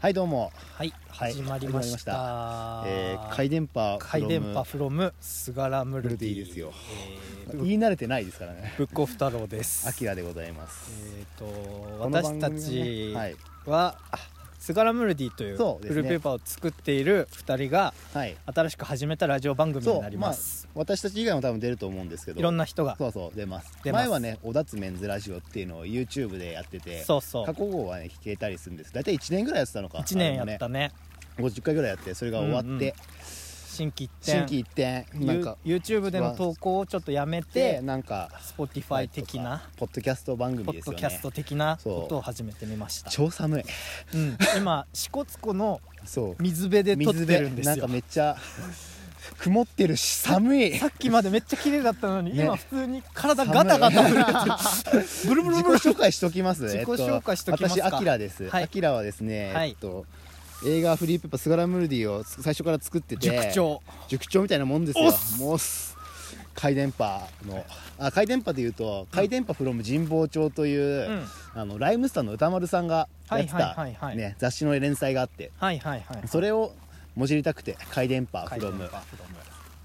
はいどうも、はい、はい始まりました始えー、回電波回電波 from フロムスガラムルデムィルディですよえー、言い慣れてないですからねぶっこふ太郎ですあきらでございます、えー、とこの番私組たはねちは、はいあスガラムルディというそうでフすねルーペーパーを作っている2人がはい新しく始めたラジオ番組になります、私たち以外も多分出ると思うんですけどいろんな人がそうそう出ます出ます前はね「おだつメンズラジオ」っていうのを YouTube でやっててそうそう過去号はね聞けたりするんです大体1年ぐらいやってたのか1年やったねね50回ぐらいやってそれが終わって、うんうん新規一新点規一転ゆなんか YouTube での投稿をちょっとやめでてなんか Spotify 的なポッドキャスト番組ポでッすよドねキャスト的なことを始めてみました超寒いうん、今支笏湖のそう水辺で撮っ水てる辺んでなんすよかめっちゃ 曇ってるし寒いさっきまでめっちゃ綺麗だったのに、ね今普通に体ガタガタ震えてるブルブル自己ブル紹介しときます 自己紹介しときますえっか私アキラです、はいアキラはですね、はいえっと映画「フリーペッパースガラムルディ」を最初から作ってて塾長塾長みたいなもんですよおっすもうす回電波のあ回電波でいうと回電波フロム神保町という、うんあのライムスターの歌丸さんがやってはいはいはいたはいね雑誌の連載があってはいはいはいそれをもじりたくて回電波フ回ロ転ムパフロム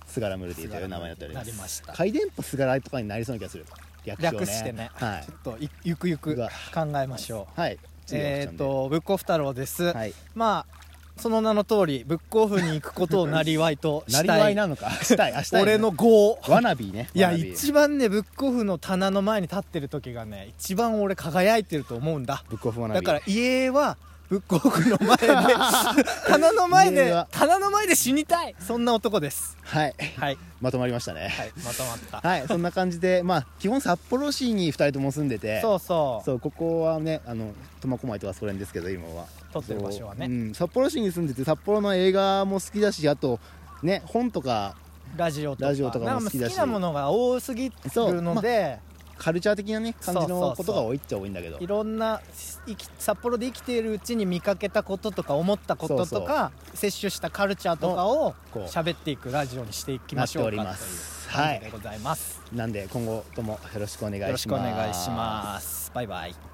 スガラムルディという名前になっておりまなりすました回電波すがらとかになりそうな気がする略称ね略してねはいちょっといゆくゆくうわ考えましょうはいえっ、とブックオフ太郎です、はいまあその名の通りブックオフに行くことをなりわいとなしりたわいいなの かしたい明日俺の業わなびねいやわなび一番ねブックオフの棚の前に立ってる時がね一番俺輝いてると思うんだブックオフわなだびから家はブックオフの前で 棚の前家では棚の前で死にたいそんな男ですはいはいまとまりましたねはいまとまった、はいそんな感じでまあ基本札幌市に二人とも住んでてそうそうそうここはねあの苫小牧とかそれんですけど今は撮ってる場所はねそううん、札幌市に住んでて札幌の映画も好きだしあとね本とかラジオとかラジオとかもなん好きだし好きなものが多すぎそうるので、カルチャー的なね感じのことが多いっちゃ多いんだけどいろんな生き札幌で生きているうちに見かけたこととか思ったこととか摂取したカルチャーとかをこう喋っていくラジオにしていきましょうかというなっ感ておりますじでございます、なんで今後ともよろしくお願いしますよろしくお願いしますバイバイ